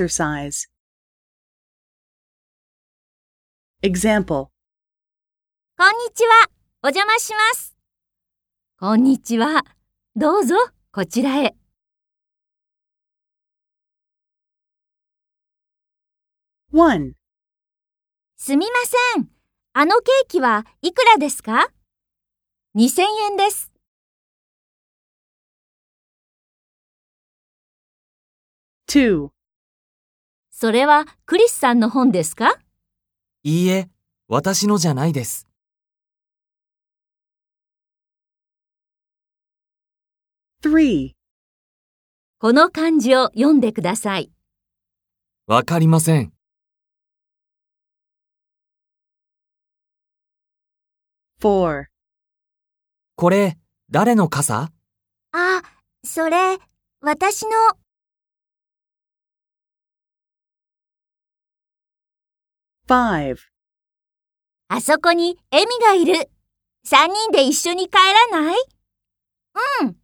Exercise Example こんにちは。お邪魔します。こんにちは。どうぞ、こちらへ。 1, すみません。あのケーキはいくらですか ?2000 円です。 2, それはクリスさんの本ですかいいえ、私のじゃないです。 3, この漢字を読んでください。わかりません。 4, これ、誰の傘あ、それ、私の。 5, あそこにエミがいる。3人で一緒に帰らないうん、